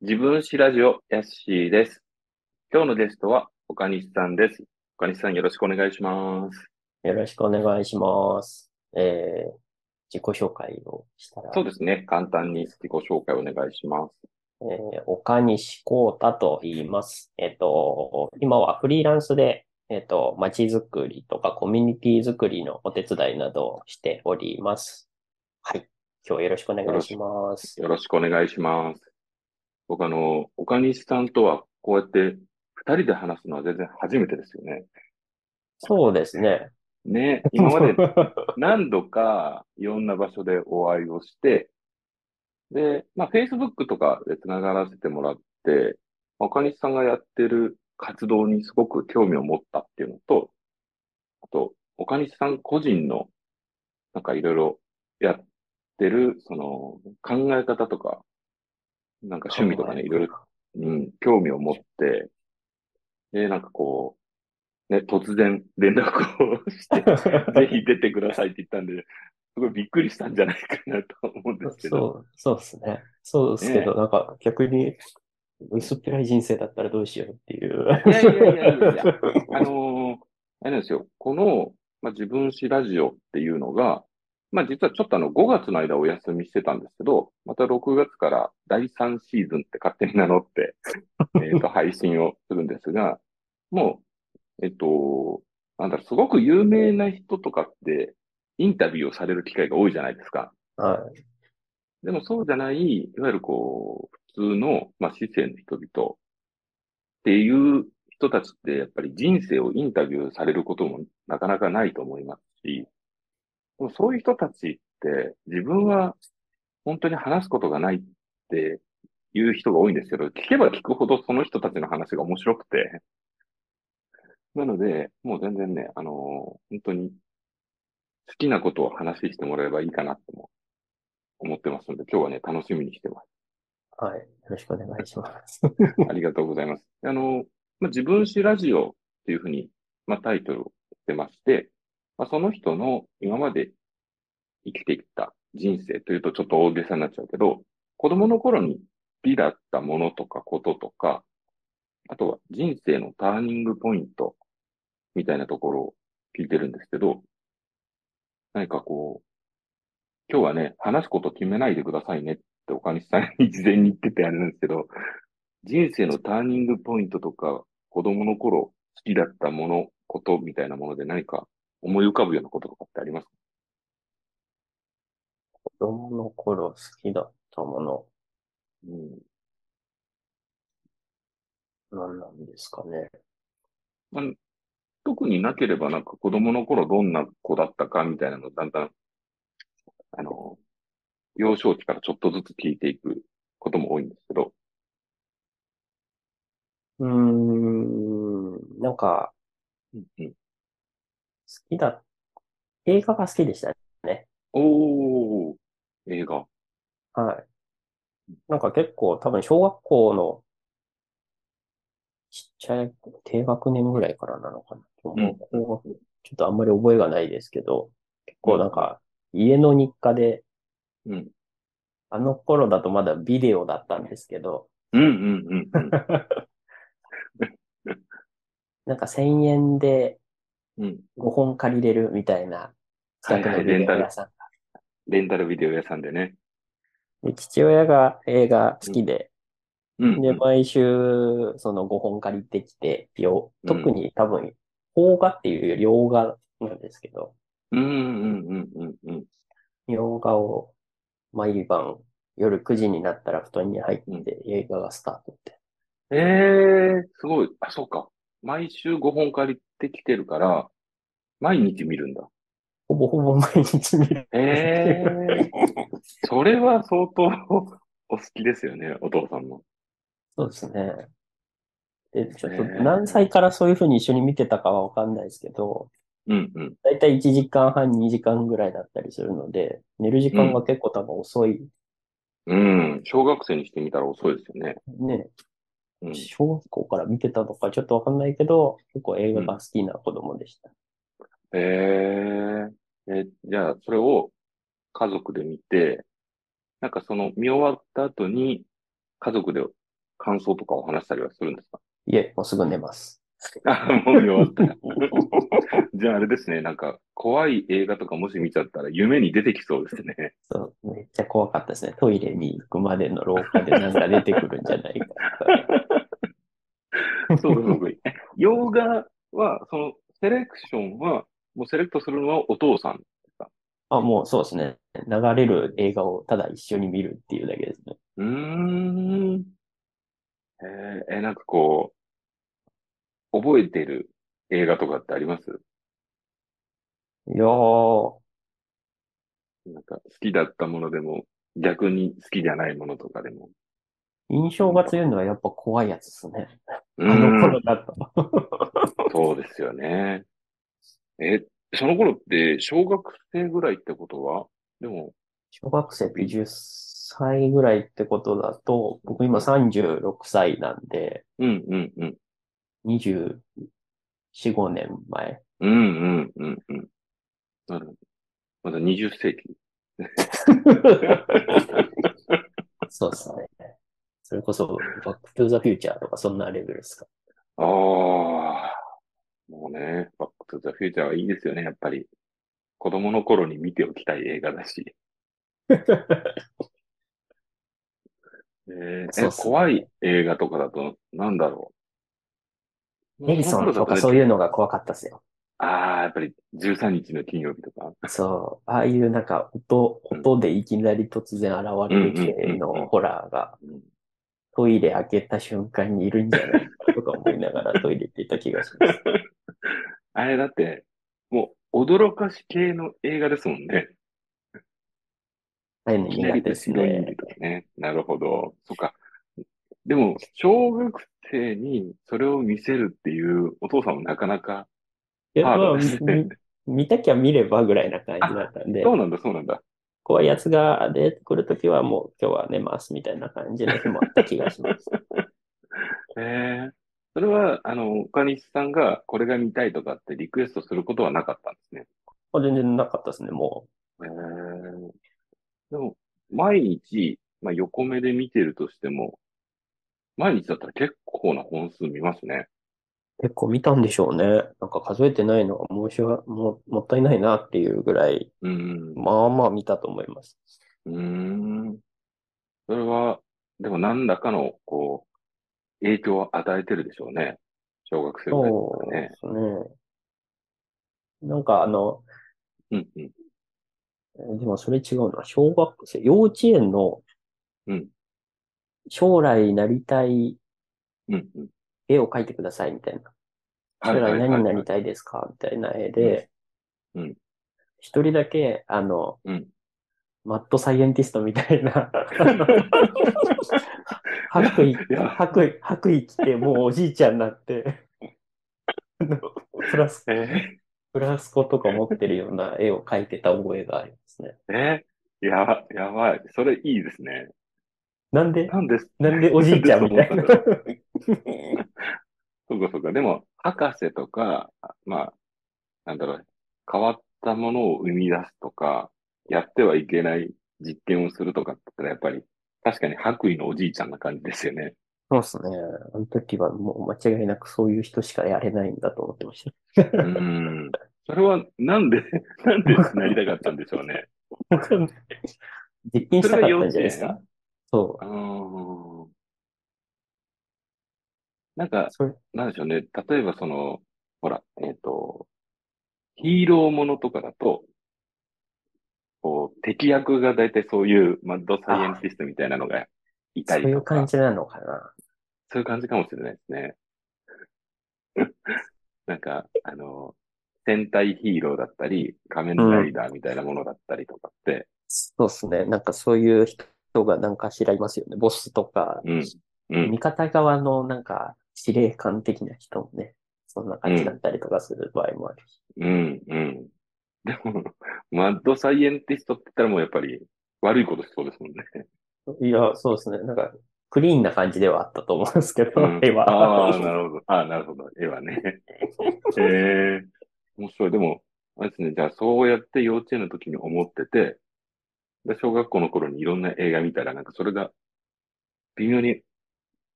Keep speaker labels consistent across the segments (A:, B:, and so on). A: 自分史ラジオ、ヤッシーです。今日のゲストは、岡西さんです。岡西さん、よろしくお願いします。
B: よろしくお願いします。えー、自己紹介をしたら、
A: そうですね。簡単に自己紹介お願いします。
B: えー岡西光太と言います。えっと、今はフリーランスで、えっと、街づくりとかコミュニティづくりのお手伝いなどをしております。はい。今日よろしくお願いします。
A: よろしくお願いします。僕、あの、岡西さんとは、こうやって、二人で話すのは全然初めてですよね。
B: そうですね。
A: ね、今まで
B: は
A: 何度かいろんな場所でお会いをして、で、まあ、Facebook とかで繋がらせてもらって、岡西さんがやってる活動にすごく興味を持ったっていうのと、あと、岡西さん個人の、なんかいろいろやってる、その、考え方とか、なんか趣味とかね、いろいろうん、興味を持って、で、なんかこう、ね、突然連絡を して、ぜひ出てくださいって言ったんで、すごいびっくりしたんじゃないかなと思うんですけど、
B: そう、そうですね。そうですけ
A: ね
B: ど、なんか逆に薄っぺらい人生だったらどうしようっていう。
A: いやいやいやいやいやあのーあれなんですよ、この、まあ、自分史ラジオっていうのが、まあ、実はちょっとあの5月の間お休みしてたんですけど、また6月から第3シーズンって勝手に名乗って、えっと、配信をするんですが、もう、えっと、なんだろう、すごく有名な人とかって、インタビューをされる機会が多いじゃないですか。
B: はい。
A: でもそうじゃない、いわゆるこう、普通の、まあ、市政の人々っていう人たちって、やっぱり人生をインタビューされることもなかなかないと思いますし、でもそういう人たちって、自分は本当に話すことがないっていう人が多いんですけど、聞けば聞くほどその人たちの話が面白くて、なので、もう全然ね、あのー本当に好きなことを話してもらえばいいかなとも思ってますので、今日はね、楽しみにしてます。
B: はい。よろしくお願いします。
A: ありがとうございます。あの、まあ、自分史ラジオっていうふうに、まあ、タイトルをしてまして、まあ、その人の今まで生きてきた人生というとちょっと大げさになっちゃうけど、子供の頃に美だったものとかこととか、あとは人生のターニングポイントみたいなところを聞いてるんですけど、何かこう、今日はね、話すこと決めないでくださいねって岡西さんに事前に言っててあれなんですけど、人生のターニングポイントとか、子供の頃好きだったもの、ことみたいなもので何か思い浮かぶようなこととかってありますか
B: 子供の頃好きだったもの、
A: うん。
B: 何なんですかね。
A: まあ特になければなんか子供の頃どんな子だったかみたいなのをだんだん、あの、幼少期からちょっとずつ聞いていくことも多いんですけど、
B: うーん、なんか、
A: うんうん、
B: 好きだ、映画が好きでしたね。
A: おー、映画。
B: はい。なんか結構多分小学校のちっちゃい、低学年ぐらいからなのかな。
A: ん
B: もうちょっとあんまり覚えがないですけど、結構なんか家の日課で、
A: うん。
B: あの頃だとまだビデオだったんですけど、
A: うんうんうん
B: なんか1000円で
A: うん。うん。
B: 5本借りれるみたいな近くのビデオ屋さん
A: レンタルビデオ屋さんでね。
B: で、父親が映画好きで、
A: うん、
B: で、毎週、その5本借りてきて、よ、
A: うん
B: 特に多分、邦画っていうより洋画なんですけど、
A: うんうんうんうんうん。
B: 洋画を毎晩夜9時になったら布団に入って映画がスタートって。
A: ええすごい。あ、そうか。毎週5本借りてきてるから、毎日見るんだ。
B: ほぼほぼ毎日見る。
A: ええ それは相当お好きですよね、お父さんも。
B: そうですね。で、ちょっと
A: ねえ
B: 何歳からそういうふうに一緒に見てたかはわかんないですけど、
A: うんうん。
B: だいたい1時間半、2時間ぐらいだったりするので、寝る時間が結構多分遅い。
A: うん。小学生にしてみたら遅いですよね。
B: ね、
A: うん。
B: 小学校から見てたのかちょっとわかんないけど、結構映画が好きな子供でした。
A: えええ、じゃあ、それを家族で見て、なんかその見終わった後に家族で感想とかを話したりはするんですか
B: いえ、もうすぐ寝ます。
A: あ、もう見終わ った。じゃああれですね、なんか怖い映画とかもし見ちゃったら夢に出てきそうですね。
B: そう、めっちゃ怖かったですね。トイレに行くまでの廊下でなんか出てくるんじゃないか
A: そうそうそう。洋画は、そのセレクションは、もうセレクトするのはお父さん。
B: あ、もうそうですね。流れる映画をただ一緒に見るっていうだけですね。
A: うーん。えーえなんかこう、覚えてる映画とかってあります
B: いやー、
A: なんか好きだったものでも、逆に好きじゃないものとかでも。
B: 印象が強いのはやっぱ怖いやつですね。
A: う
B: あの
A: ーん
B: 頃だと。
A: そうですよね。え、その頃って小学生ぐらいってことはでも、
B: 小学生って10歳ぐらいってことだと、僕今36歳なんで、
A: うんうんうん。
B: 24、5年前。
A: うんうんうんうん。なるほど。まだ20世紀。
B: そうですね。それこそ、バックトゥーザフューチャーとかそんなレベルですか。
A: ああ、もうね、バックトゥザフューチャーはいいですよね、やっぱり。子供の頃に見ておきたい映画だし。えー
B: そう
A: え
B: っすね
A: 怖い映画とかだと、なんだろう。
B: ネリソンとかそう
A: う。
B: いうのが怖かったですよ。
A: ああ、やっぱり13日の金曜日とか。
B: そう。ああいうなんか音、音でいきなり突然現れる系のホラーが
A: うん
B: トイレ開けた瞬間にいるんじゃないかとか思いながらトイレ行っていた気がします。
A: あれだって、もう驚かし系の映画ですもんね。
B: ああいうの
A: いき
B: 苦
A: なり
B: 手です
A: 後ろにい
B: ね。
A: るとかね。なるほど。そっか。でも、小学生にそれを見せるっていうお父さんもなかなか、
B: いや、
A: ハー
B: ま
A: ド
B: あ、
A: ですね
B: み見たきゃ見ればぐらいな感じだったんで、
A: そうなんだ、そうなんだ。
B: 怖いやつが出てくるときはもう今日は寝ますみたいな感じの日もあった気が します。
A: ええそれは、あの、岡西さんがこれが見たいとかってリクエストすることはなかったんですね。
B: あ全然なかったですね、も
A: ええでも、毎日、まあ、横目で見てるとしても、毎日だったら結構な本数見ますね。
B: う。結構見たんでしょうね。なんか数えてないのが申し訳、も、もったいないなっていうぐらい、
A: うーん。
B: まあまあ見たと思います。
A: うーん。それは、でも何らかの、こう、影響を与えてるでしょうね。小学生ぐらいだ
B: そ
A: った
B: う
A: ら
B: で
A: ね。
B: すね。なんかあの、
A: うん、うん。
B: でもそれ違うな。小学生、幼稚園の
A: うん、
B: 将来なりたい
A: うん、うん。
B: 絵を描いてくださいみたいな。
A: はい
B: 将
A: はい
B: 来
A: はい
B: 何にな
A: は
B: り
A: い。
B: たいですかみたいな絵で
A: うんうん、
B: 一人だけ、あの
A: うん、
B: マッドサイエンティストみた いな、白衣、
A: いや
B: 白衣、白衣着て、もうおじいちゃんにな って、あのフラス、
A: え え
B: フラスコとか持ってるような絵を描いてた覚えがありますね。
A: ええやば、やばい。それいいですね。
B: な んで、
A: なんです。
B: なんでおじいちゃんみた いな。
A: そうかそうか。でも、博士とか、まあ、なんだろう、変わったものを生み出すとか、やってはいけない実験をするとかって言ったら、やっぱり、確かに白衣のおじいちゃんな感じですよね。
B: そうですね。あの時はもう間違いなくそういう人しかやれないんだと思ってました。
A: うーん。それは、なんで、 なんでなりたかったんでしょうね。
B: わかんない。実験したかったんじゃないです
A: それは
B: か。そう
A: ーん。なんか
B: う。、それ、
A: なんでしょうね。例えばその、ほら、えっと、ヒーローものとかだと、こう、敵役が大体そういうマッドサイエンティストみたいなのがい
B: そ
A: た
B: う
A: り
B: いう
A: と
B: 感
A: か、
B: じなのかな。
A: そういう感じかもしれないですね。 なんか、あの、戦隊ヒーローだったり、仮面ライダーみたいなものだったりとかって、
B: そうですね。なんかそういう人が何かしらいますよね。ボスとか、
A: うんうん、
B: 味方側のなんか司令官的な人もね、そんな感じだったりとかする場合もあるし。
A: うん、うん。でも、マッドサイエンティストって言ったらもうやっぱり悪いことしそうですもんね。
B: いや、そうですね。なんか、クリーンな感じではあったと思うんですけど、
A: うん
B: 絵は。
A: ああ、なるほど。ああ、なるほど。絵はね。ええ面白い。でも、あれですね。じゃあ、そうやって幼稚園の時に思ってて、で、小学校の頃にいろんな映画見たら、なんかそれが微妙に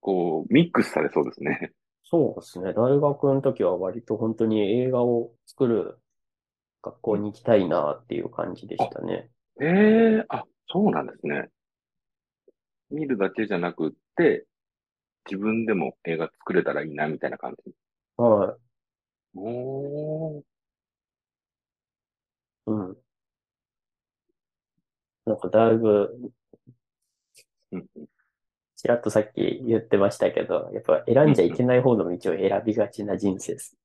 A: こう、ミックスされそうですね。
B: そうですね。大学の時は割と本当に映画を作る学校に行きたいなっていう感じでしたね。
A: ええあ、そうなんですね。見るだけじゃなくって、自分でも映画作れたらいいな、みたいな感じ。
B: はい。
A: おー、
B: うん。なんかだいぶ
A: うん、
B: ちらっとさっき言ってましたけど、やっぱ選んじゃいけない方の道を選びがちな人生です。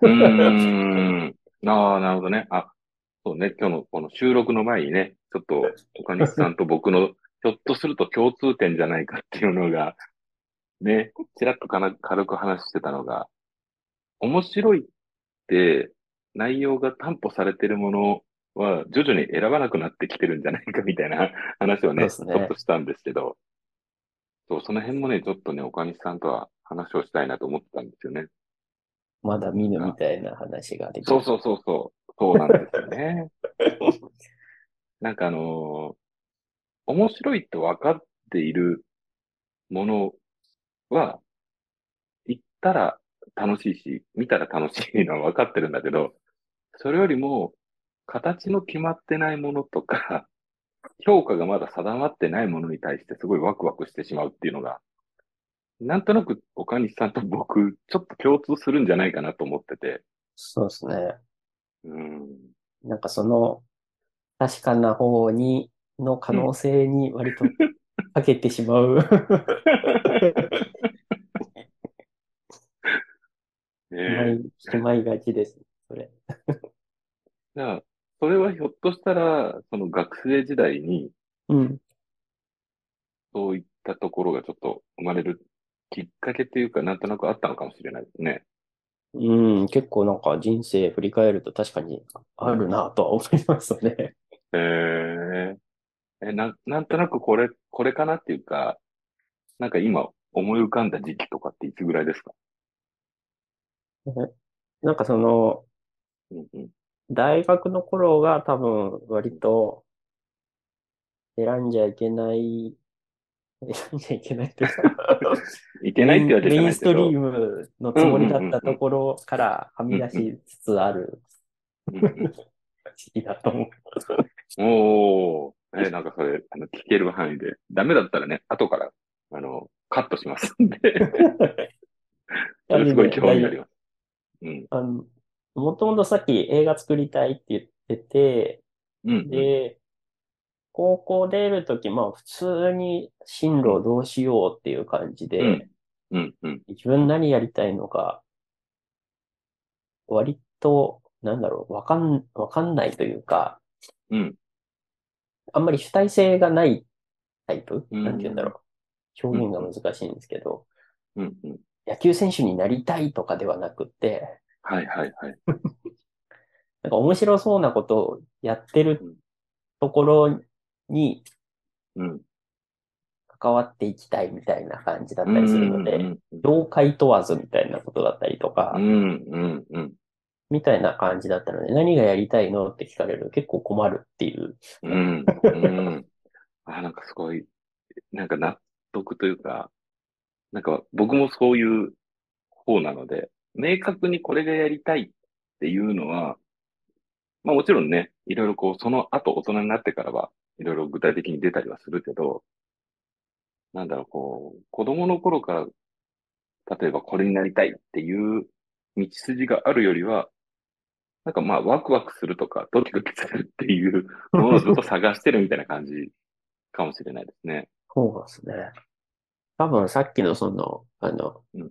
A: うーん。ああ、なるほどね。あ、そうね。今日のこの収録の前にね、ちょっと岡西さんと僕の、ひょっとすると共通点じゃないかっていうのが、ね、ちらっとかな、軽く話してたのが、面白いって内容が担保されてるものは徐々に選ばなくなってきてるんじゃないかみたいな話をね、ち
B: そうですね
A: ょっとしたんですけど、そう、その辺もね、ちょっとね、岡西さんとは話をしたいなと思ってたんですよね。
B: まだ見ぬみたいな話ができ
A: そう
B: る。
A: そうそうそう。そうなんですよね。 なんかあのー面白いって分かっているものは、行ったら楽しいし、見たら楽しいのは分かってるんだけど、それよりも、形の決まってないものとか、評価がまだ定まってないものに対してすごいワクワクしてしまうっていうのが、なんとなく岡西さんと僕、ちょっと共通するんじゃないかなと思ってて、
B: そうですね。
A: うん。
B: なんかその確かな方に、の可能性に割とかけてしま う。
A: ね
B: し
A: え
B: まい、 しまいがちです。それ。
A: じゃあ、それはひょっとしたら、その学生時代に、
B: うん。
A: そういったところがちょっと生まれるきっかけというか、なんとなくあったのかもしれないですね。
B: うん、結構なんか人生振り返ると確かにあるなとは思いますね。
A: えー、え、なん、なんとなくこれ、これかなっていうか、なんか今思い浮かんだ時期とかっていつぐらいですか
B: なんかその、
A: うんうん。
B: 大学の頃が多分割と選んじゃいけない、 選んじゃいけないというか、
A: いけないってわけじゃな
B: メインメイン
A: い
B: ス
A: け
B: トリ
A: ど。
B: ームのつもりだったところからはみ出しつつある
A: うんうん
B: 時期だと思う。
A: おー、えなんかそれ、あの、聞ける範囲で。ダメだったらね、後から、あの、カットします んで、それすごい興味あります。うん。
B: あの、もともとさっき映画作りたいって言ってて、
A: うんうん。
B: で、高校出るとき、まあ普通に進路をどうしようっていう感じ
A: う
B: で
A: ん、うん、うん。
B: 自分何やりたいのか、割と、なんだろう、わかん、わかんないというか、
A: うん。
B: あんまり主体性がないタイプ
A: うん
B: なんて言うんだろう。表現が難しいんですけど、
A: うん、うん。
B: 野球選手になりたいとかではなくって、
A: はい、はい、はい。
B: なんか面白そうなことをやってるところに
A: うん。
B: 関わっていきたいみたいな感じだったりするので、
A: うん、
B: 業界問わずみたいなことだったりとか
A: う、ん、うん、うん。
B: みたいな感じだったので、何がやりたいのって聞かれると結構困るっていう。
A: うん、 うん。あ、なんかすごい、なんか納得というか、なんか僕もそういう方なので、明確にこれがやりたいっていうのは、まあもちろんね、いろいろこう、その後大人になってからは、いろいろ具体的に出たりはするけど、なんだろう、こう、子供の頃から、例えばこれになりたいっていう道筋があるよりは、なんかまあワクワクするとか、ドキドキするっていうものをずっと探してるみたいな感じかもしれないですね。
B: そうですね。多分さっきのその、あの
A: うん、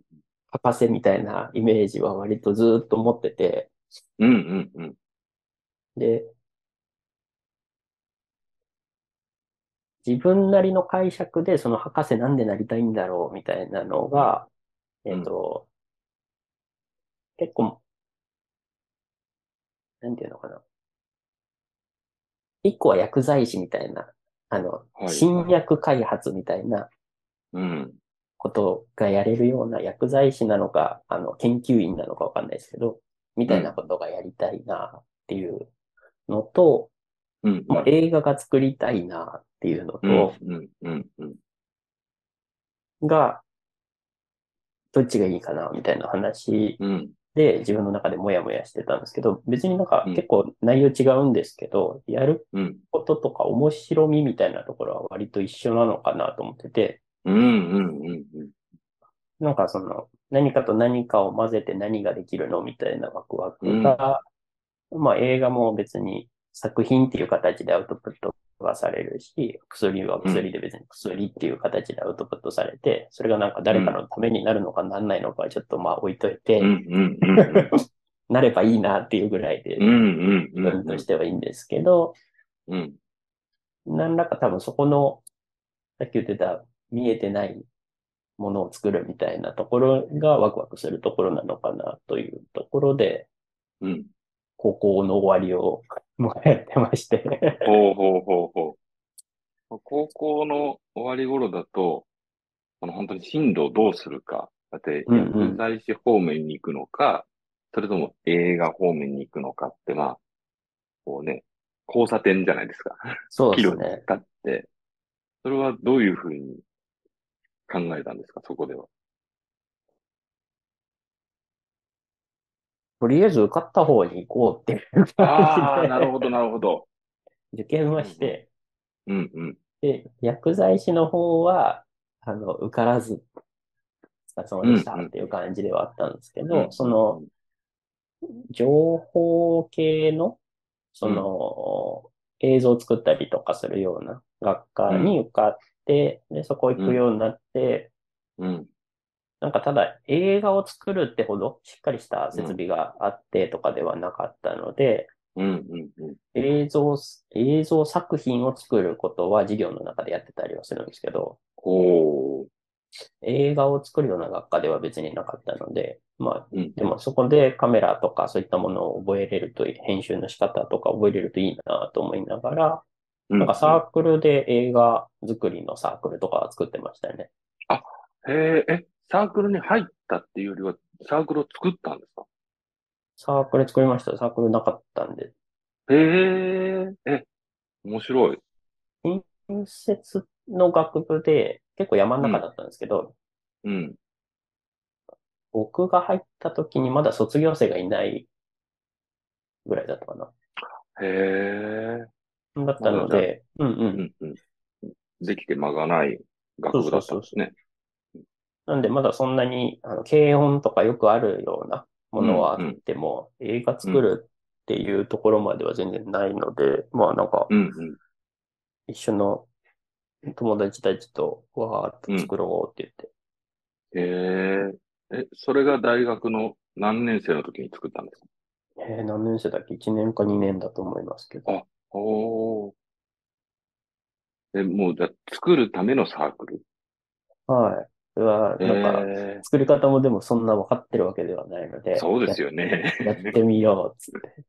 B: 博士みたいなイメージは割とずーっと持ってて、
A: うんうんうん。
B: で、自分なりの解釈で、その博士なんでなりたいんだろうみたいなのが、えっと、結構、なんていうのかな。一個は薬剤師みたいな、あの、
A: はい
B: 新薬開発みたいな
A: うん。
B: ことがやれるような薬剤師なのか、あの、研究員なのかわかんないですけど、みたいなことがやりたいなっていうのと、
A: うん
B: まあ、映画が作りたいなっていうの
A: うん
B: と、
A: うんうんうん。
B: が、どっちがいいかなみたいな話
A: うん。
B: で自分の中でモヤモヤしてたんですけど、別になんか
A: うん
B: 結構内容違うんですけど、やる
A: うん。
B: こととか面白みみたいなところは割と一緒なのかなと思ってて、
A: うん。うん。うん。うん。
B: なんかその何かと何かを混ぜて何ができるのみたいなワクワクが、まあ映画も別に作品っていう形でアウトプットがされるし、薬は薬で別に薬っていう形でアウトプットされて、それがなんか誰かのためになるのかなんないのかはちょっとまあ置いといて、
A: うん。うん。うん。うん。
B: なればいいなっていうぐらいで、
A: うん。うん。
B: 自分としてはいいんですけど、
A: うん。
B: 何らか多分そこの、さっき言ってた見えてないものを作るみたいなところがワクワクするところなのかなというところで、
A: うん。
B: 高校の終わりを迎えてまして。
A: ほうほうほうほう。高校の終わり頃だと、この本当に進路をどうするか。だって、
B: うんうん
A: 薬剤師方面に行くのか、それとも映画方面に行くのかって、まあ、こうね、交差点じゃないですか。
B: そう
A: 岐
B: で
A: 路
B: す
A: に
B: ね。
A: 立って、それはどういうふうに考えたんですか、そこ では。
B: とりあえず受かった方に行こうっていう
A: あ
B: 感
A: あ、
B: じ
A: なるほど、なるほど。
B: で、受験はして、
A: うんうん。
B: で、薬剤師の方は、あの、受からず、お疲れ様でした
A: うんうん
B: っていう感じではあったんですけ
A: うん
B: ど、その、情報系の、その、映像を作ったりとかするような学科に受かって、で、そこ行くようになって、
A: うん、
B: なんかただ映画を作るってほどしっかりした設備があってとかではなかったので、
A: うん、うん、うん。
B: 映像、映像作品を作ることは授業の中でやってたりはするんですけど、
A: ほう。
B: 映画を作るような学科では別になかったので、まあ、
A: うん、
B: でもそこでカメラとかそういったものを覚えれるといい、編集の仕方とか覚えれるといいなと思いながら、
A: な
B: なんかサークルで映画作りのサークルとかは作ってましたね。
A: へえ、え、サークルに入ったっていうよりは、サークルを作ったんですか
B: サークル作りました。サークルなかったんで。
A: へえ、え、面白い。
B: 建設の学部で結構山の中だったんですけど、
A: うん。
B: 僕が入った時にまだ卒業生がいないぐらいだったかな。
A: へえ、
B: だったので、うんうん
A: う。ん、うん。できて間がない学部だったんですね。
B: なんで、まだそんなに、あの、軽音とかよくあるようなものはあっても、映画作るっていうところまでは全然ないので、まあなんか、
A: うん、うん。
B: 一緒の友達たちと、わーっと作ろうって言って。
A: へえ、え、それが大学の何年生の時に作ったんですか
B: えー何年生だっけ ?1 年か2年だと思いますけど。
A: あおー。え、もう、じゃあ作るためのサークル。
B: はい。それは、なんか、
A: え
B: 作り方もでもそんな分かってるわけではないの
A: ー、
B: で、
A: そうですよね。
B: や、やってみようっつって。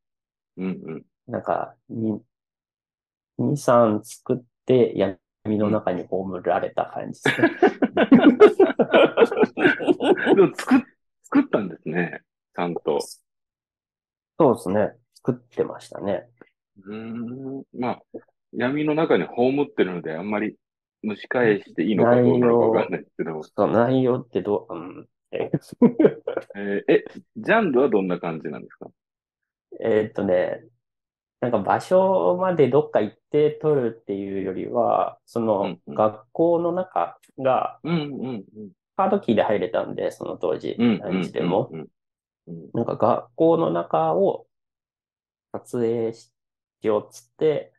A: うん うん。
B: なんか、に、2、3作って闇の中に葬られた感じですね。
A: でも作っ、作ったんですね。ちゃんと。
B: そうですね。作ってましたね。
A: うーん。まあ、闇の中に葬ってるので、あんまり蒸し返していいのかどうなのかわかんないですけど、
B: その内容ってどう、うん、え
A: えーえ、ジャンルはどんな感じなんですか
B: えーっとね、なんか場所までどっか行って撮るっていうよりは、その
A: うんうん
B: 学校の中が
A: うんうんうん。
B: カードキーで入れたんで、その当時、
A: うんうん
B: 何時でも。
A: うんうん。
B: なんか学校の中を撮影しようっつって、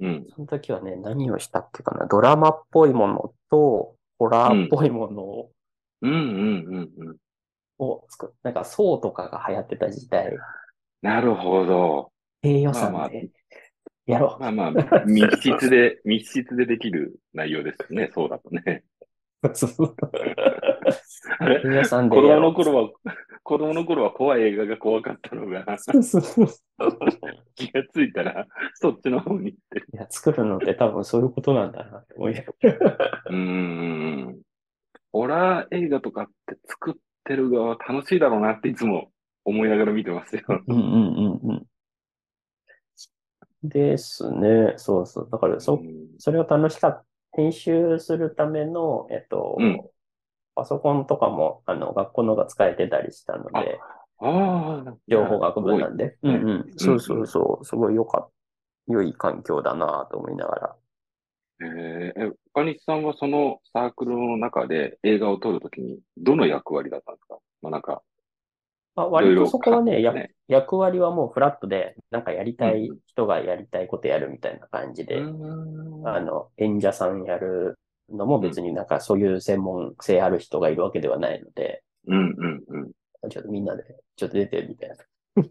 A: うん。
B: その時はね、何をしたっけかな。ドラマっぽいものと、ホラーっぽいものを、
A: うんうんうんうん。
B: を作っなんか、そうとかが流行ってた時代、
A: なるほど。
B: 低予算
A: まあまあ
B: でやろう。
A: まあまあ、密室で、密室でできる内容ですよね、そうだとね。あれ
B: 低予算
A: 子
B: でや
A: 供の
B: ろう。
A: 頃は、子供の頃は怖い映画が怖かったのが、
B: そうそうそう
A: 気がついたら、そっちの方に行ってる。
B: いや、作るのって多分そういうことなんだなって思いなが
A: うーん。ホラー映画とかって作ってる側楽しいだろうなっていつも思いながら見てますよ。
B: ら。うんうんうんうん。ですね。そうそう。だから、そ、
A: ん
B: それを楽しかった。編集するための、えっと
A: うん、
B: パソコンとかも、あの、学校のが使えてたりしたので、
A: ああ、
B: 情報学部なんで。うん
A: い
B: うん。そうそうそう。すごい良かった。良い環境だなと思いながら。
A: えー、え、岡西さんはそのサークルの中で映画を撮るときに、どの役割だったんですかまあなんか、
B: まあ、
A: いろ
B: 割
A: いろ
B: とそこはね、や
A: ね。
B: 役割はもうフラットで、なんかやりたい
A: うん
B: 人がやりたいことやるみたいな感じで、あの、演者さんやるのも別になんかそういう専門性ある人がいるわけではないので、
A: うんうんうん。
B: ちょっとみんなで、ちょっと出てみたい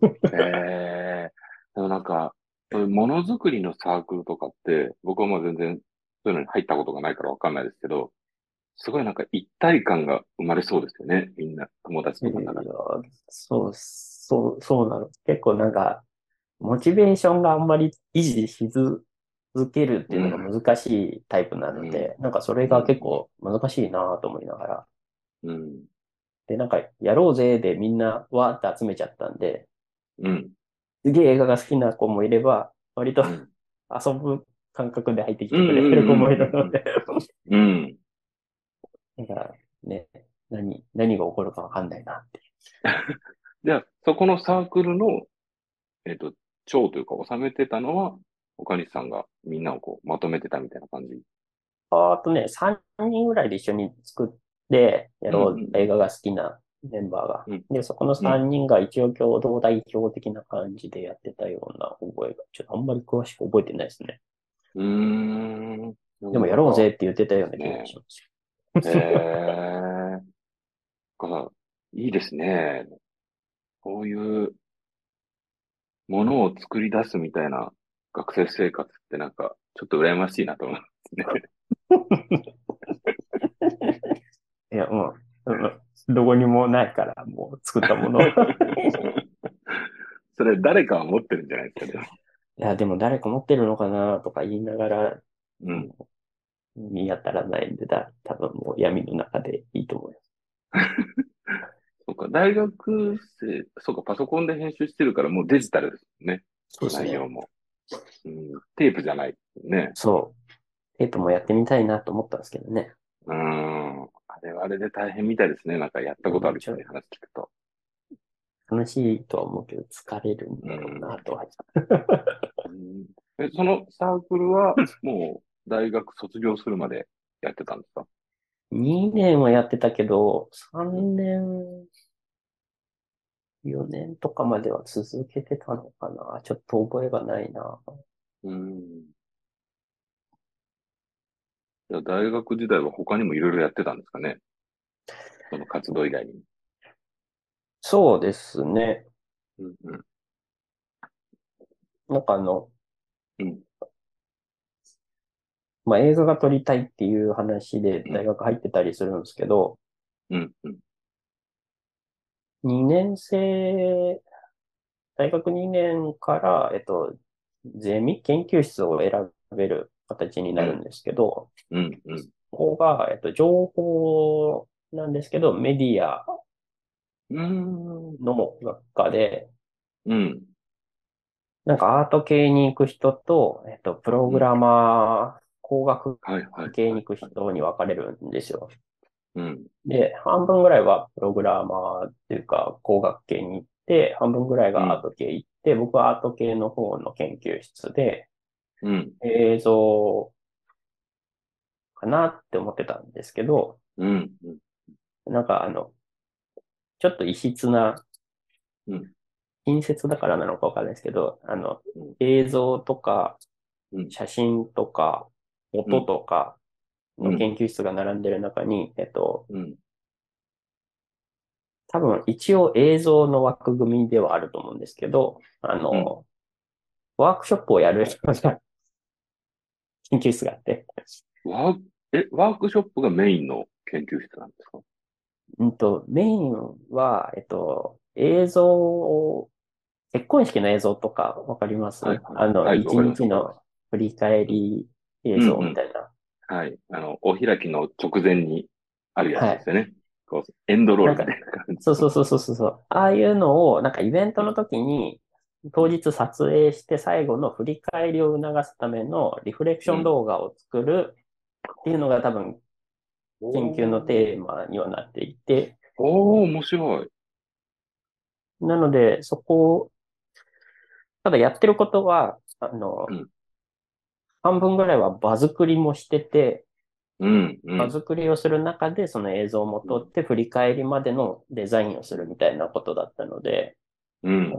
B: な。
A: ええでもなんか、そういうものづくりのサークルとかって、僕はもう全然そういうのに入ったことがないからわかんないですけど、すごいなんか一体感が生まれそうですよね。みんな、友達とかの中で。
B: そう、そう、そうなの。結構なんか、モチベーションがあんまり維持し続けるっていうのが難しいタイプなので、なんかそれが結構難しいなと思いながら。
A: うん。
B: で、なんか、やろうぜでみんなわーって集めちゃったんで、
A: うん。
B: すげえ映画が好きな子もいれば、割と
A: うん
B: 遊ぶ感覚で入ってきてくれてる子もいるので、
A: うん。
B: だからね、何、何が起こるかわかんないなって。
A: じゃあ、そこのサークルの、えっと、長というか、収めてたのは、岡西さんがみんなをこう、まとめてたみたいな感じ。
B: あとね、3人ぐらいで一緒に作って、やろ
A: うん
B: う、映画が好きなメンバーが
A: うん。
B: で、そこの3人が一応共同代表的な感じでやってたような覚えが、ちょっとあんまり詳しく覚えてないですね。
A: うーん。
B: でもやろうぜって言ってたような気がします。
A: へえ。が、いいですね。こういうものを作り出すみたいな学生生活ってなんか、ちょっと羨ましいなと思う。
B: いや、もう、うんどこにもないから、もう作ったものを。い
A: それ誰かは持ってるんじゃないですかね。
B: や、でも誰か持ってるのかなとか言いながら、
A: うん。
B: 見当たらないんで、だ、多分もう闇の中でいいと思います。
A: そうか、大学生、そうか、パソコンで編集してるからもうデジタルですもんね。
B: そうですね
A: 内容も。うん、テープじゃない。ね。
B: そう。テープもやってみたいなと思ったんですけどね。
A: うん。あれはあれで大変みたいですね。なんかやったことある人に話聞くと。
B: 楽しいとは思うけど、疲れるんだろうなとは。
A: うんえ、そのサークル は、もう、大学卒業するまでやってたんですか
B: 2年はやってたけど、3年、4年とかまでは続けてたのかな。ちょっと覚えがないな。
A: うん。じゃあ大学時代は他にもいろいろやってたんですかねその活動以外に。
B: そうですね。
A: うんうん。
B: なんかあの、
A: うん
B: まあ、映画が撮りたいっていう話で大学入ってたりするんですけど、
A: うんうん。
B: 2年生、大学2年から、えっと、ゼミ研究室を選べる形になるんですけど、
A: うんうん。
B: ここが、えっと、情報なんですけど、メディア
A: うん。
B: の学科で、
A: うん。
B: なんかアート系に行く人と、えっと、プログラマー、工学
A: はいはい。
B: 系に行く人に分かれるんですよ。
A: うん。
B: で、半分ぐらいはプログラマーっていうか工学系に行って、半分ぐらいがアート系行って、僕はアート系の方の研究室で
A: うん。
B: 映像かなって思ってたんですけど、
A: うん。
B: なんかあの、ちょっと異質な
A: うん、
B: 近接だからなのかわかんないですけど、あの
A: うん、
B: 映像とか
A: うん
B: 写真とか音とか
A: う
B: の
A: ん
B: 研究室が並んでる中に、えっと、
A: うん。
B: 多分一応映像の枠組みではあると思うんですけど、あの、ワークショップをやるような 研究室があって、
A: ワーク、え、ワークショップがメインの研究室なんですか
B: うんと、メインは、えっと、映像を、結婚式の映像とかわかります
A: はいはい
B: あの、
A: はい
B: 一
A: わかります
B: 日の振り返り映像みたいな。
A: はい。あの、お開きの直前にあるやつですよね。こう、エンドロールみたいな感じ。
B: そうそうそうそうそうそう。ああいうのを、なんかイベントの時に、当日撮影して最後の振り返りを促すためのリフレクション動画を作るっていうのが多分研究のテーマにはなっていて、
A: おー、面白い。
B: なので、そこを、ただやってることは、あの
A: うん、
B: 半分ぐらいは場作りもしてて、
A: うん、うん。
B: 場作りをする中でその映像も撮って振り返りまでのデザインをするみたいなことだったので、
A: うん。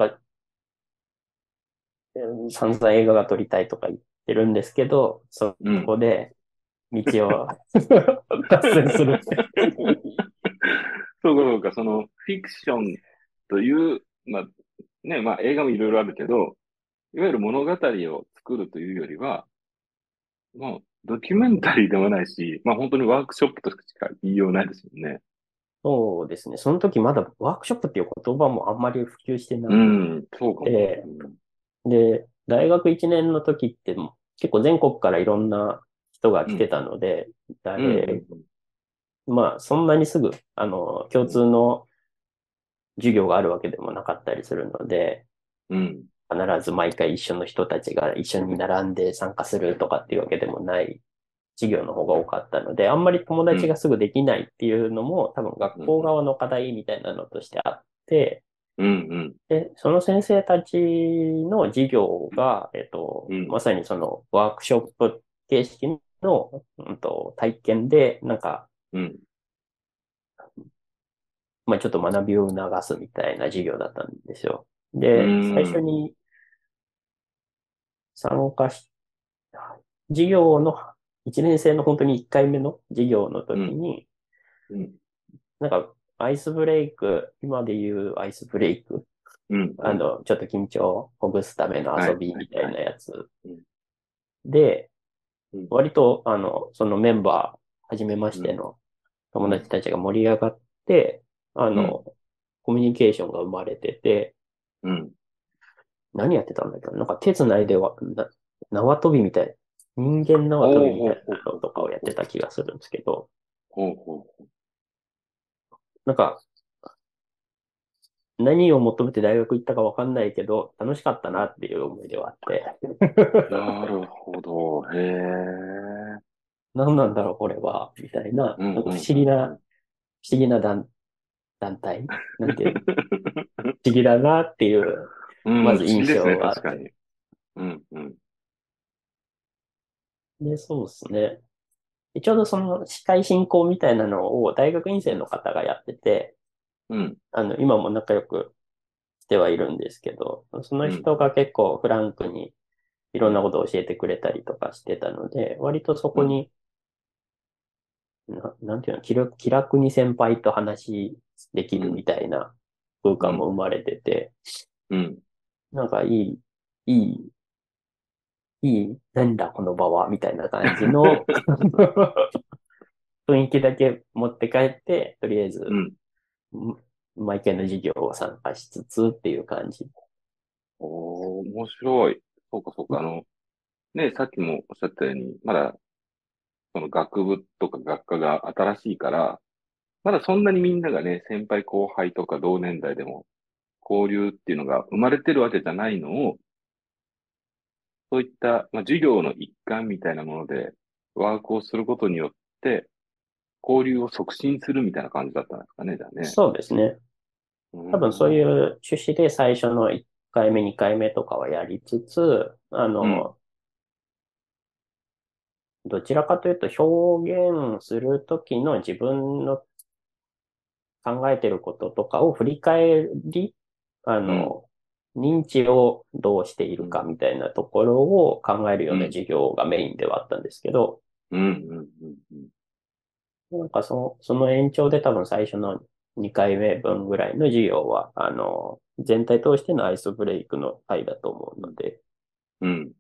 B: うん散々映画が撮りたいとか言ってるんですけど、そ
A: うん
B: こで道を達成 する。
A: そうか、そうか、その、フィクションという、まあ、ね、まあ、映画もいろいろあるけど、いわゆる物語を作るというよりは、まあ、ドキュメンタリーでもないし、まあ、本当にワークショップとしか言いようないですよね。
B: そうですね。その時まだワークショップっていう言葉もあんまり普及してな
A: う
B: く
A: ん、そうかも。
B: ええで、大学1年の時っても結構全国からいろんな人が来てたので、
A: うん、
B: 誰、まあそんなにすぐ、あの、共通の授業があるわけでもなかったりするので、
A: うん、
B: 必ず毎回一緒の人たちが一緒に並んで参加するとかっていうわけでもない授業の方が多かったので、あんまり友達がすぐできないっていうのも、多分学校側の課題みたいなのとしてあって、
A: うん、うん、
B: で、その先生たちの授業が、えっと、
A: うん
B: まさにそのワークショップ形式の、うんと、体験で、なんか、
A: うん、
B: まあ、ちょっと学びを促すみたいな授業だったんですよ。
A: う
B: で
A: ーん、
B: 最初に参加し、授業の、1年生の本当に1回目の授業の時に、
A: うん、
B: なんかアイスブレイク、今で言うアイスブレイク、
A: うん、
B: あの、ちょっと緊張をほぐすための遊びみたいなやつ
A: いはい。
B: で
A: うん、
B: 割と、あの、そのメンバー、はじめましての友達たちが盛り上がって、あの、コミュニケーションが生まれてて、
A: うん、
B: 何やってたんだっけななんか手繋いでわな縄跳びみたい、人間縄跳びみたいなのとかをやってた気がするんですけど、
A: ほうほう。
B: なんか、何を求めて大学行ったかわかんないけど、楽しかったなっていう思い出はあって。
A: なるほど。へえ。
B: 何なんだろう、これは、みたいな、
A: うん、
B: なんか不思議な、不思議な団、団体なんていうの不思議だなっていう。
A: うん、
B: まず
A: 不思議ですね、
B: 印象があって
A: 確かに。うん、うん、
B: で、そうですね。でちょうどその司会進行みたいなのを大学院生の方がやってて、
A: うん、
B: あの、今も仲良くしてはいるんですけど、その人が結構フランクにいろんなことを教えてくれたりとかしてたので、割とそこに、な、なんていうの、気楽、気楽に先輩と話できるみたいな空間も生まれてて、
A: うん。
B: なんかいい、いい、いい、なんだこの場は、みたいな感じの雰囲気だけ持って帰って、とりあえず、
A: うん。
B: 毎回の授業を参加しつつっていう感じ。
A: おー、面白い。そうか、そうか。あの、ね、さっきもおっしゃったように、まだ、その学部とか学科が新しいから、まだそんなにみんながね、先輩後輩とか同年代でも交流っていうのが生まれてるわけじゃないのを、そういった、まあ、授業の一環みたいなもので、ワークをすることによって、交流を促進するみたいな感じだったんですかね、じゃあね。
B: そうですね。
A: 多。
B: 多分そういうう趣旨で最初の1回目、2回目とかはやりつつ、あの、どちらかというと表現するときの自分の考えてることとかを振り返り、あの、認知をどうしているかみたいなところを考えるような授業がメインではあったんですけど、
A: うん、うん、うん、うん。
B: なんかその、その延長で多分最初の2回目分ぐらいの授業は、あの、全体通してのアイスブレイクの回だと思うので、
A: うん。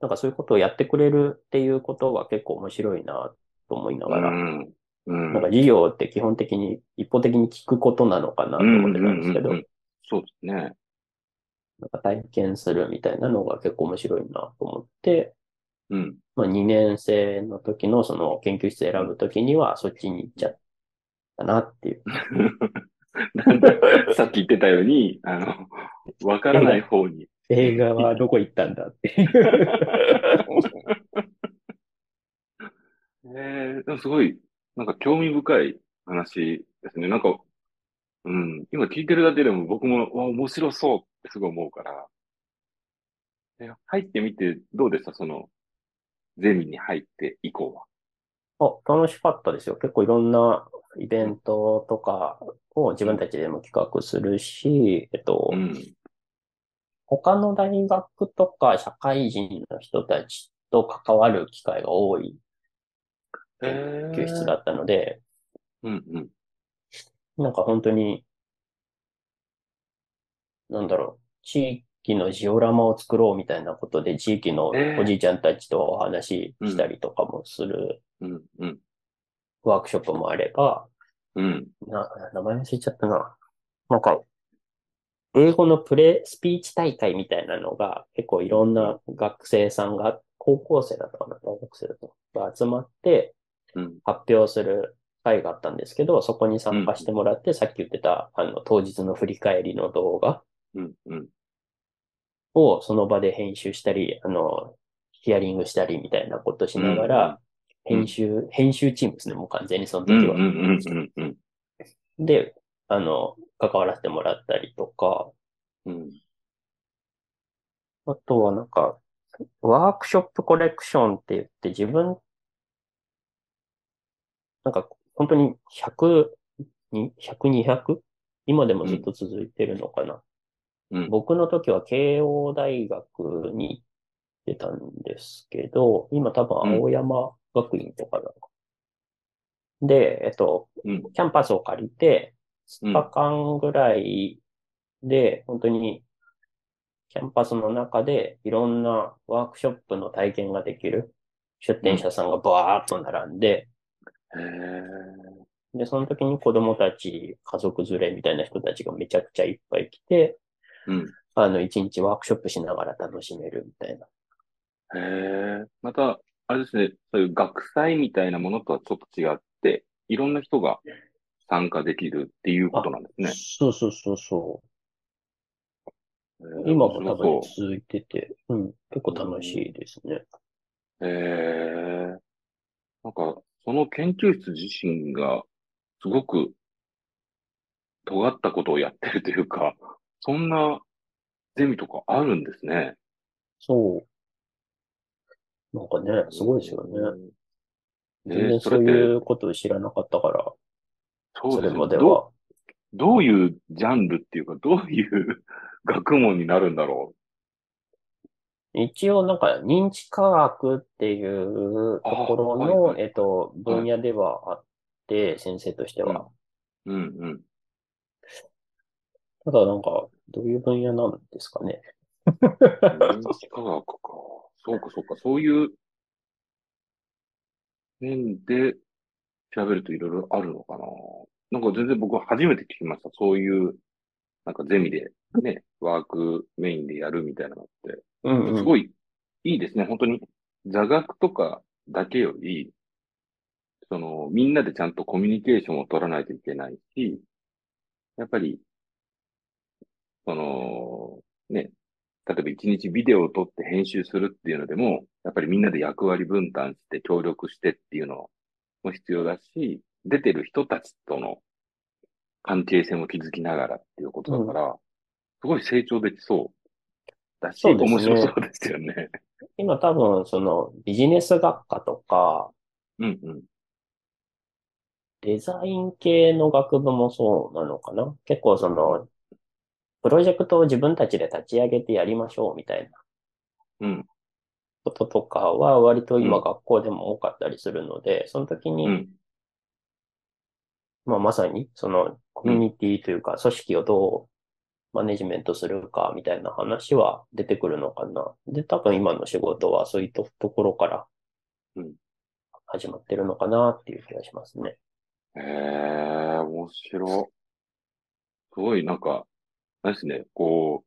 B: なんかそういうことをやってくれるっていうことは結構面白いなと思いな
A: う
B: がら、
A: ん。うん。
B: なんか授業って基本的に一方的に聞くことなのかなと思ってたんですけど、
A: うんうんうんうんそうですね。
B: なんか体験するみたいなのが結構面白いなと思って、
A: うん。
B: まあ2年生の時のその研究室選ぶ時にはそっちに行っちゃったなっていう。
A: なんださっき言ってたように、あの、わからない方に。
B: 映画はどこ行ったんだっていう。
A: えー、でもすごい、なんか興味深い話ですね。なんか、うん、今聞いてるだけでも僕も、わ、面白そうってすごい思うから。で入ってみてどうでしたその、ゼミに入って以降は。
B: あ、楽しかったですよ。結構いろんなイベントとかを自分たちでも企画するし、えっと
A: う、ん。
B: 他の大学とか社会人の人たちと関わる機会が多い
A: へ
B: 教室
A: ー。
B: だったので、
A: うんうん。
B: なんか本当に、なんだろう、地域のジオラマを作ろうみたいなことで、地域の
A: ええ
B: おじいちゃんたちとお話ししたりとかもする
A: うんうん。
B: ワークショップもあれば、
A: うん。
B: な、名前忘れちゃったな。なんか、英語のプレスピーチ大会みたいなのが、結構いろんな学生さんが、高校生だったかな、大学生だったかなが集まって
A: うん。
B: 発表する会があったんですけど、そこに参加してもらって、さっき言ってた、あの、当日の振り返りの動画
A: うん。うん。
B: をその場で編集したり、あの、ヒアリングしたりみたいなことしながら、
A: うんうん
B: 編集、編集チームですね、もう完全にその
A: うん。うん。
B: 時は。
A: うん。うん。うん。
B: で、あの、関わらせてもらったりとか、
A: うん。
B: あとはなんか、ワークショップコレクションって言って自分、なんか本当に100、に100、200? 今でもずっと続いてるのかな。
A: うん
B: 僕の時は慶応大学に行ってたんですけど、今多分青山学院とかなのか。で、えっと、
A: うん
B: キャンパスを借りて、
A: うん
B: 2日間ぐらいで、本当にキャンパスの中でいろんなワークショップの体験ができる出店者さんがバーッと並んで、
A: へえ。
B: で、その時に子供たち、家族連れみたいな人たちがめちゃくちゃいっぱい来て、
A: うん。
B: あの、一日ワークショップしながら楽しめるみたいな。
A: へえ。また、あれですね、そういう学祭みたいなものとはちょっと違って、いろんな人が参加できるっていうことなんですね。
B: そうそうそうそ
A: え
B: う。
A: ー
B: 今
A: 面
B: も
A: 白
B: 多分ね
A: そ
B: 続いてて、うん、結構楽しいですね。
A: う。へえ。なんか、その研究室自身が、すごく、尖ったことをやってるというか、そんなゼミとかあるんですね。
B: そう。なんかね、すごいですよね。
A: ね
B: 全然
A: そ
B: そ
A: れ
B: う
A: って
B: いうことを知らなかったから、
A: そう
B: そ
A: で
B: れ
A: すね
B: まで
A: どう
B: は。
A: どういうジャンルっていうか、どういう 学問になるんだろ
B: 一応なんか認知科学っていうところ
A: あはい
B: の、
A: はい
B: えっと、分野ではあって、先生としては。
A: う。うんうん。
B: ただなんか、どういう分野なんですかね。
A: 認知科学か。そうかそうか。そういう面で調べるといろいろあるのかな。なんか全然僕は初めて聞きました。そういう、なんかゼミでね、ワークメインでやるみたいなのって。
B: うんうん
A: すごいいいですね。本当に座学とかだけより、その、みんなでちゃんとコミュニケーションを取らないといけないし、やっぱり、その、ね、例えば一日ビデオを撮って編集するっていうのでも、やっぱりみんなで役割分担して協力してっていうのも必要だし、出てる人たちとの関係性も築きながらっていうことだから、すごい成長できそうだし、
B: そうですね
A: 面白そうですよね。
B: 今多分、そのビジネス学科とか、
A: うんうん。
B: デザイン系の学部もそうなのかな。結構その、プロジェクトを自分たちで立ち上げてやりましょうみたいな
A: うん
B: こととかは割と
A: う
B: 今
A: ん
B: 学校でも多かったりするので、その時
A: う
B: に、
A: ん
B: まあまさにそのコミュニティというか組織をどうマネジメントするかみたいな話は出てくるのかな。で、多分今の仕事はそういったところから
A: うん
B: 始まってるのかなっていう気がしますね。
A: へえ、面白。すごい、なんか、なんですね、こう、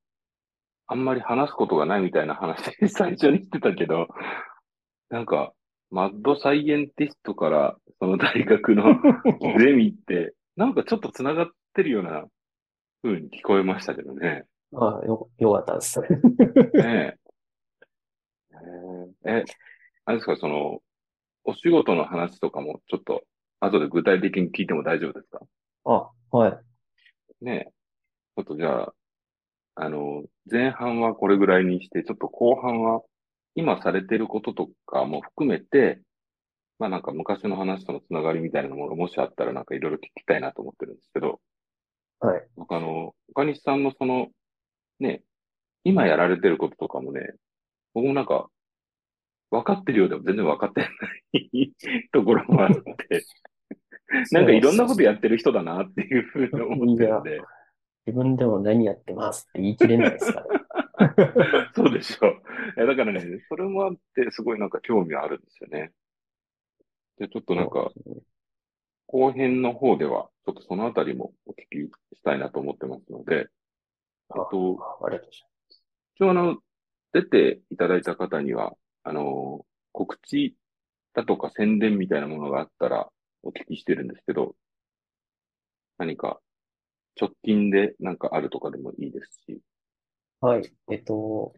A: あんまり話すことがないみたいな話最初にしてたけど、なんか、マッドサイエンティストから、その大学 のゼミって、なんかちょっと繋がってるような風に聞こえましたけどね。
B: ああ、よ、よかったです。
A: ねえ。えーえ、あれですか、その、お仕事の話とかもちょっと後で具体的に聞いても大丈夫ですか
B: あ、はい。
A: ねえ。ちょっとじゃあ、あの、前半はこれぐらいにして、ちょっと後半は、今されてることとかも含めて、まあなんか昔の話とのつながりみたいなものがもしあったらなんかいろいろ聞きたいなと思ってるんですけど、
B: はい。
A: 僕あの、岡西さんのその、ね、今やられてることとかもね、僕もなんか、分かってるようでも全然分かってない ところもあって、 なんかいろんなことやってる人だなっていうふうに思ってるんで、
B: 自分でも何やってますって言い切れない ですから。
A: そうでしょう。いやだからね、それもあって、すごいなんか興味はあるんですよね。で、ちょっとなんか、後編の方では、ちょっとそのあたりもお聞きしたいなと思ってますので、えっと、
B: ありがとうございます。
A: 一応あの、出ていただいた方には、あの、告知だとか宣伝みたいなものがあったらお聞きしてるんですけど、何か直近でなんかあるとかでもいいですし、
B: はい。えっと、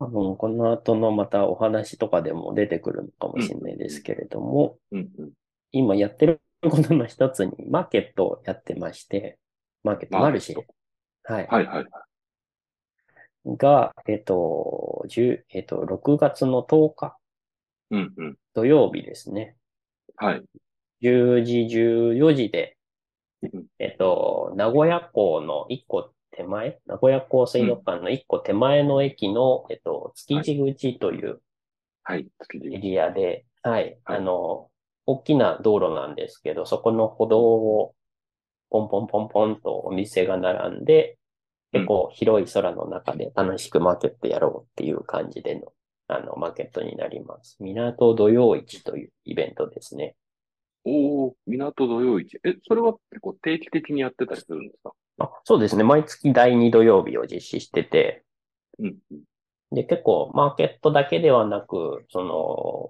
B: 多分この後のまたお話とかでも出てくるのかもしれないですけれども、
A: うんうん。
B: 今やってることの一つにマーケットをやってまして、マーケット、
A: マ
B: マ
A: ーケ
B: ル
A: ッ
B: シ
A: ト
B: ェ。はい。
A: はいはい。
B: が、えっと、10、えっと、6月の10日、
A: うんうん。
B: 土曜日ですね。
A: はい。
B: 10時、14時で
A: うん、
B: えっと、名古屋港の1個手前、名古屋港水道管の1個手前の駅の、えっと、築地口という
A: はい。月
B: エ
A: で。
B: リアで、は
A: は
B: い、
A: い
B: あの、大きな道路なんですけど、そこの歩道をポンポンポンポンとお店が並んで、
A: うん
B: 結構広い空の中で楽しくマーケットやろうっていう感じでの、あの、マーケットになります。港土曜市というイベントですね。
A: おお、港土曜市。え、それは結構定期的にやってたりするんですか
B: あ、そうですね。毎月第2土曜日を実施してて、
A: うんうん。
B: で、結構マーケットだけではなく、そ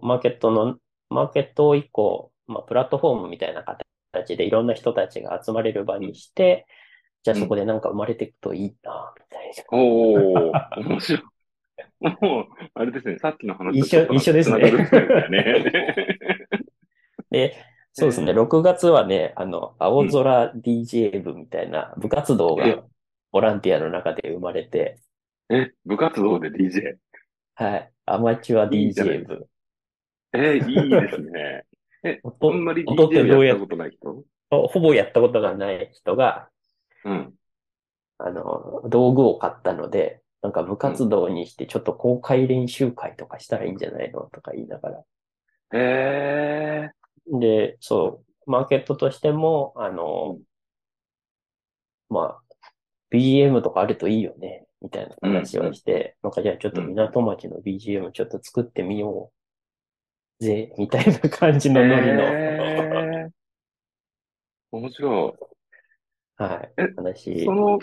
B: の、マーケットの、マーケットを一個、まあ、プラットフォームみたいな形でいろんな人たちが集まれる場にして、じゃあそこでなんか生まれていくといいな、みたいな。
A: おお、面白い。もう、あれですね、さっきの話とちょっと
B: 一緒一緒ですね
A: つながるんだよね。
B: で、そうですね、6月はね、あの、青空 DJ 部みたいな部活動
A: え
B: がボランティアの中で生まれて、
A: え、部活動で DJ。
B: はい、アマチュア
A: いいじゃない
B: DJ 部。
A: えーいいです ね。あ
B: ほ
A: んまり
B: 音ってど
A: DJ
B: う
A: や
B: や
A: っ
B: った
A: ことない人
B: ほぼやったことがない人が、
A: うん。
B: あの、道具を買ったので、なんか部活動にしてちょっと公開練習会とかしたらいいんじゃないのとか言いながら。
A: え
B: で、そう、マーケットとしても、あの、まあ、BGM とかあるといいよね、みたいな話をして、なんかじゃあちょっと港町の BGM ちょっと作ってみようぜ、みたいな感じ
A: ー、
B: のノリの、
A: えー、面白い。
B: はい
A: え、
B: 話
A: そ。の、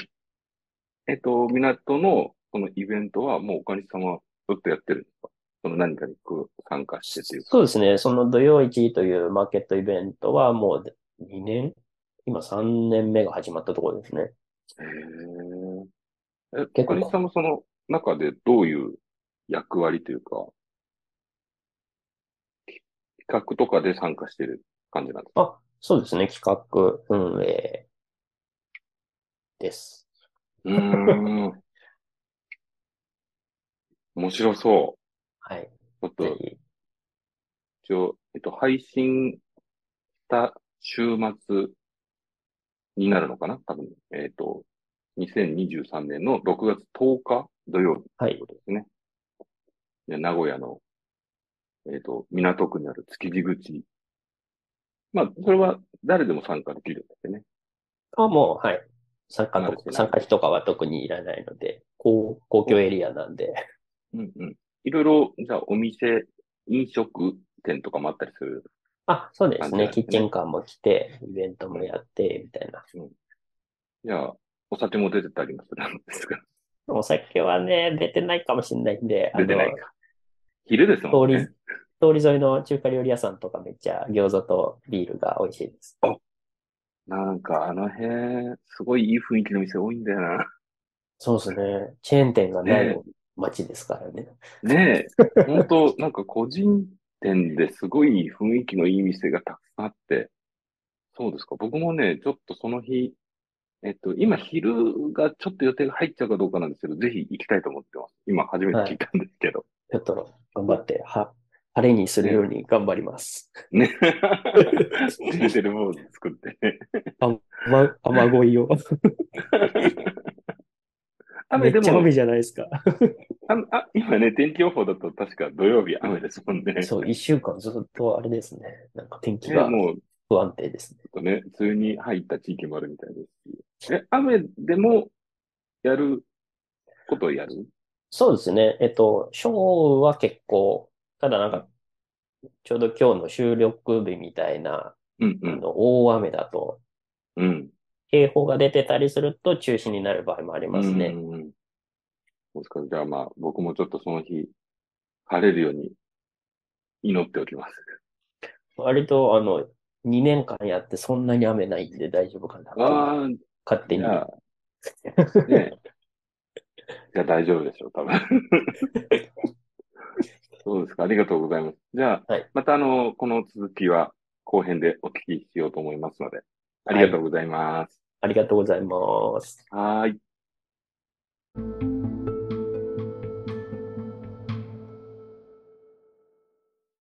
A: えっと、港の、このイベントは、もうおかりさんはずっとやってるんですかその何かにこう参加してっていうか。
B: そうですね。その土曜市というマーケットイベントはもう2年、今3年目が始まったところですね。
A: へーえ、
B: 結
A: おか
B: 構
A: りさんもその中でどういう役割というか、き企画とかで参加してる感じなんですか
B: あ、そうですね。企画運営です。
A: うーん。面白そ
B: はい。
A: う。ちょっ
B: ぜ
A: と、
B: ひ。
A: 一応、えっと、配信した週末になるのかな多分、えっと、2023年の6月10日土曜日
B: は
A: という
B: い
A: こ。とですね。で名古屋の、えっと、港区にある築地口。まあ、それは誰でも参加できるんですよね。
B: あ、もう、はい。参加
A: 離れ
B: と
A: てない
B: 参加費とかは特にいらないので、公、公共エリアなんで。
A: うんうん。いろいろ、じゃあ、お店、飲食店とかもあったりする。
B: あ、そうです
A: 感じ
B: ね。
A: なんです
B: キ
A: ね
B: ッチンカーも来て、イベントもやって、みたいな。
A: じゃあ、お酒も出てたりもするんですが、
B: お酒はね、出てないかもしれないんで、あ
A: 出てない
B: の、
A: か。昼ですもん
B: 通り、
A: ね。
B: 通り沿いの中華料理屋さんとかめっちゃ餃子とビールが美味しいです。
A: なんかあの辺、すごいいい雰囲気の店多いんだよ
B: そうですね。チェーン店がない
A: ね
B: 街ですからね。
A: な。ねえ、ほんと、なんか個人店ですごい雰囲気のいい店がたくさんあって、そうですか。僕もね、ちょっとその日、えっと、今昼がちょっと予定が入っちゃうかどうかなんですけど、ぜひ行きたいと思ってます。今初めて聞いたんですけど。
B: ちょっと頑張って、は、晴れにするように頑張ります。
A: ね。 デンゼル坊主作ってね。
B: 雨、雨乞いを。め
A: 雨
B: っ
A: で
B: ちゃ
A: も、
B: 雨じゃないですか。
A: ああ今ね、天気予報だと確か土曜日雨ですもんね。
B: そう、一週間ずっとあれですね。なんか天気
A: ね
B: が
A: もう
B: 不安定ですね。
A: ちょっとね、梅雨に入った地域もあるみたいですし。え、雨でもやることをやる
B: そうですね。えっと、ショーは結構、ただなんか、ちょうど今日の収録日みたいな、
A: うんう
B: あ
A: ん。
B: の、大雨だと、
A: うん。
B: 警報が出てたりすると中止になる場合もあります
A: う
B: ね。
A: んうんうん。そうですか。じゃあまあ、僕もちょっとその日、晴れるように祈っておきます。
B: 割と、あの、2年間やってそんなに雨ないんで大丈夫かなと、
A: ああ、
B: 勝手
A: じ
B: に。
A: ゃあ、ね。じゃあ大丈夫でしょう、多分。そうですか。ありがとうございます。じゃあ、
B: はい
A: またあの、この続きは後編でお聞きしようと思いますので、ありがとうございます。Uh,
B: ありがとうございます。
A: はーい。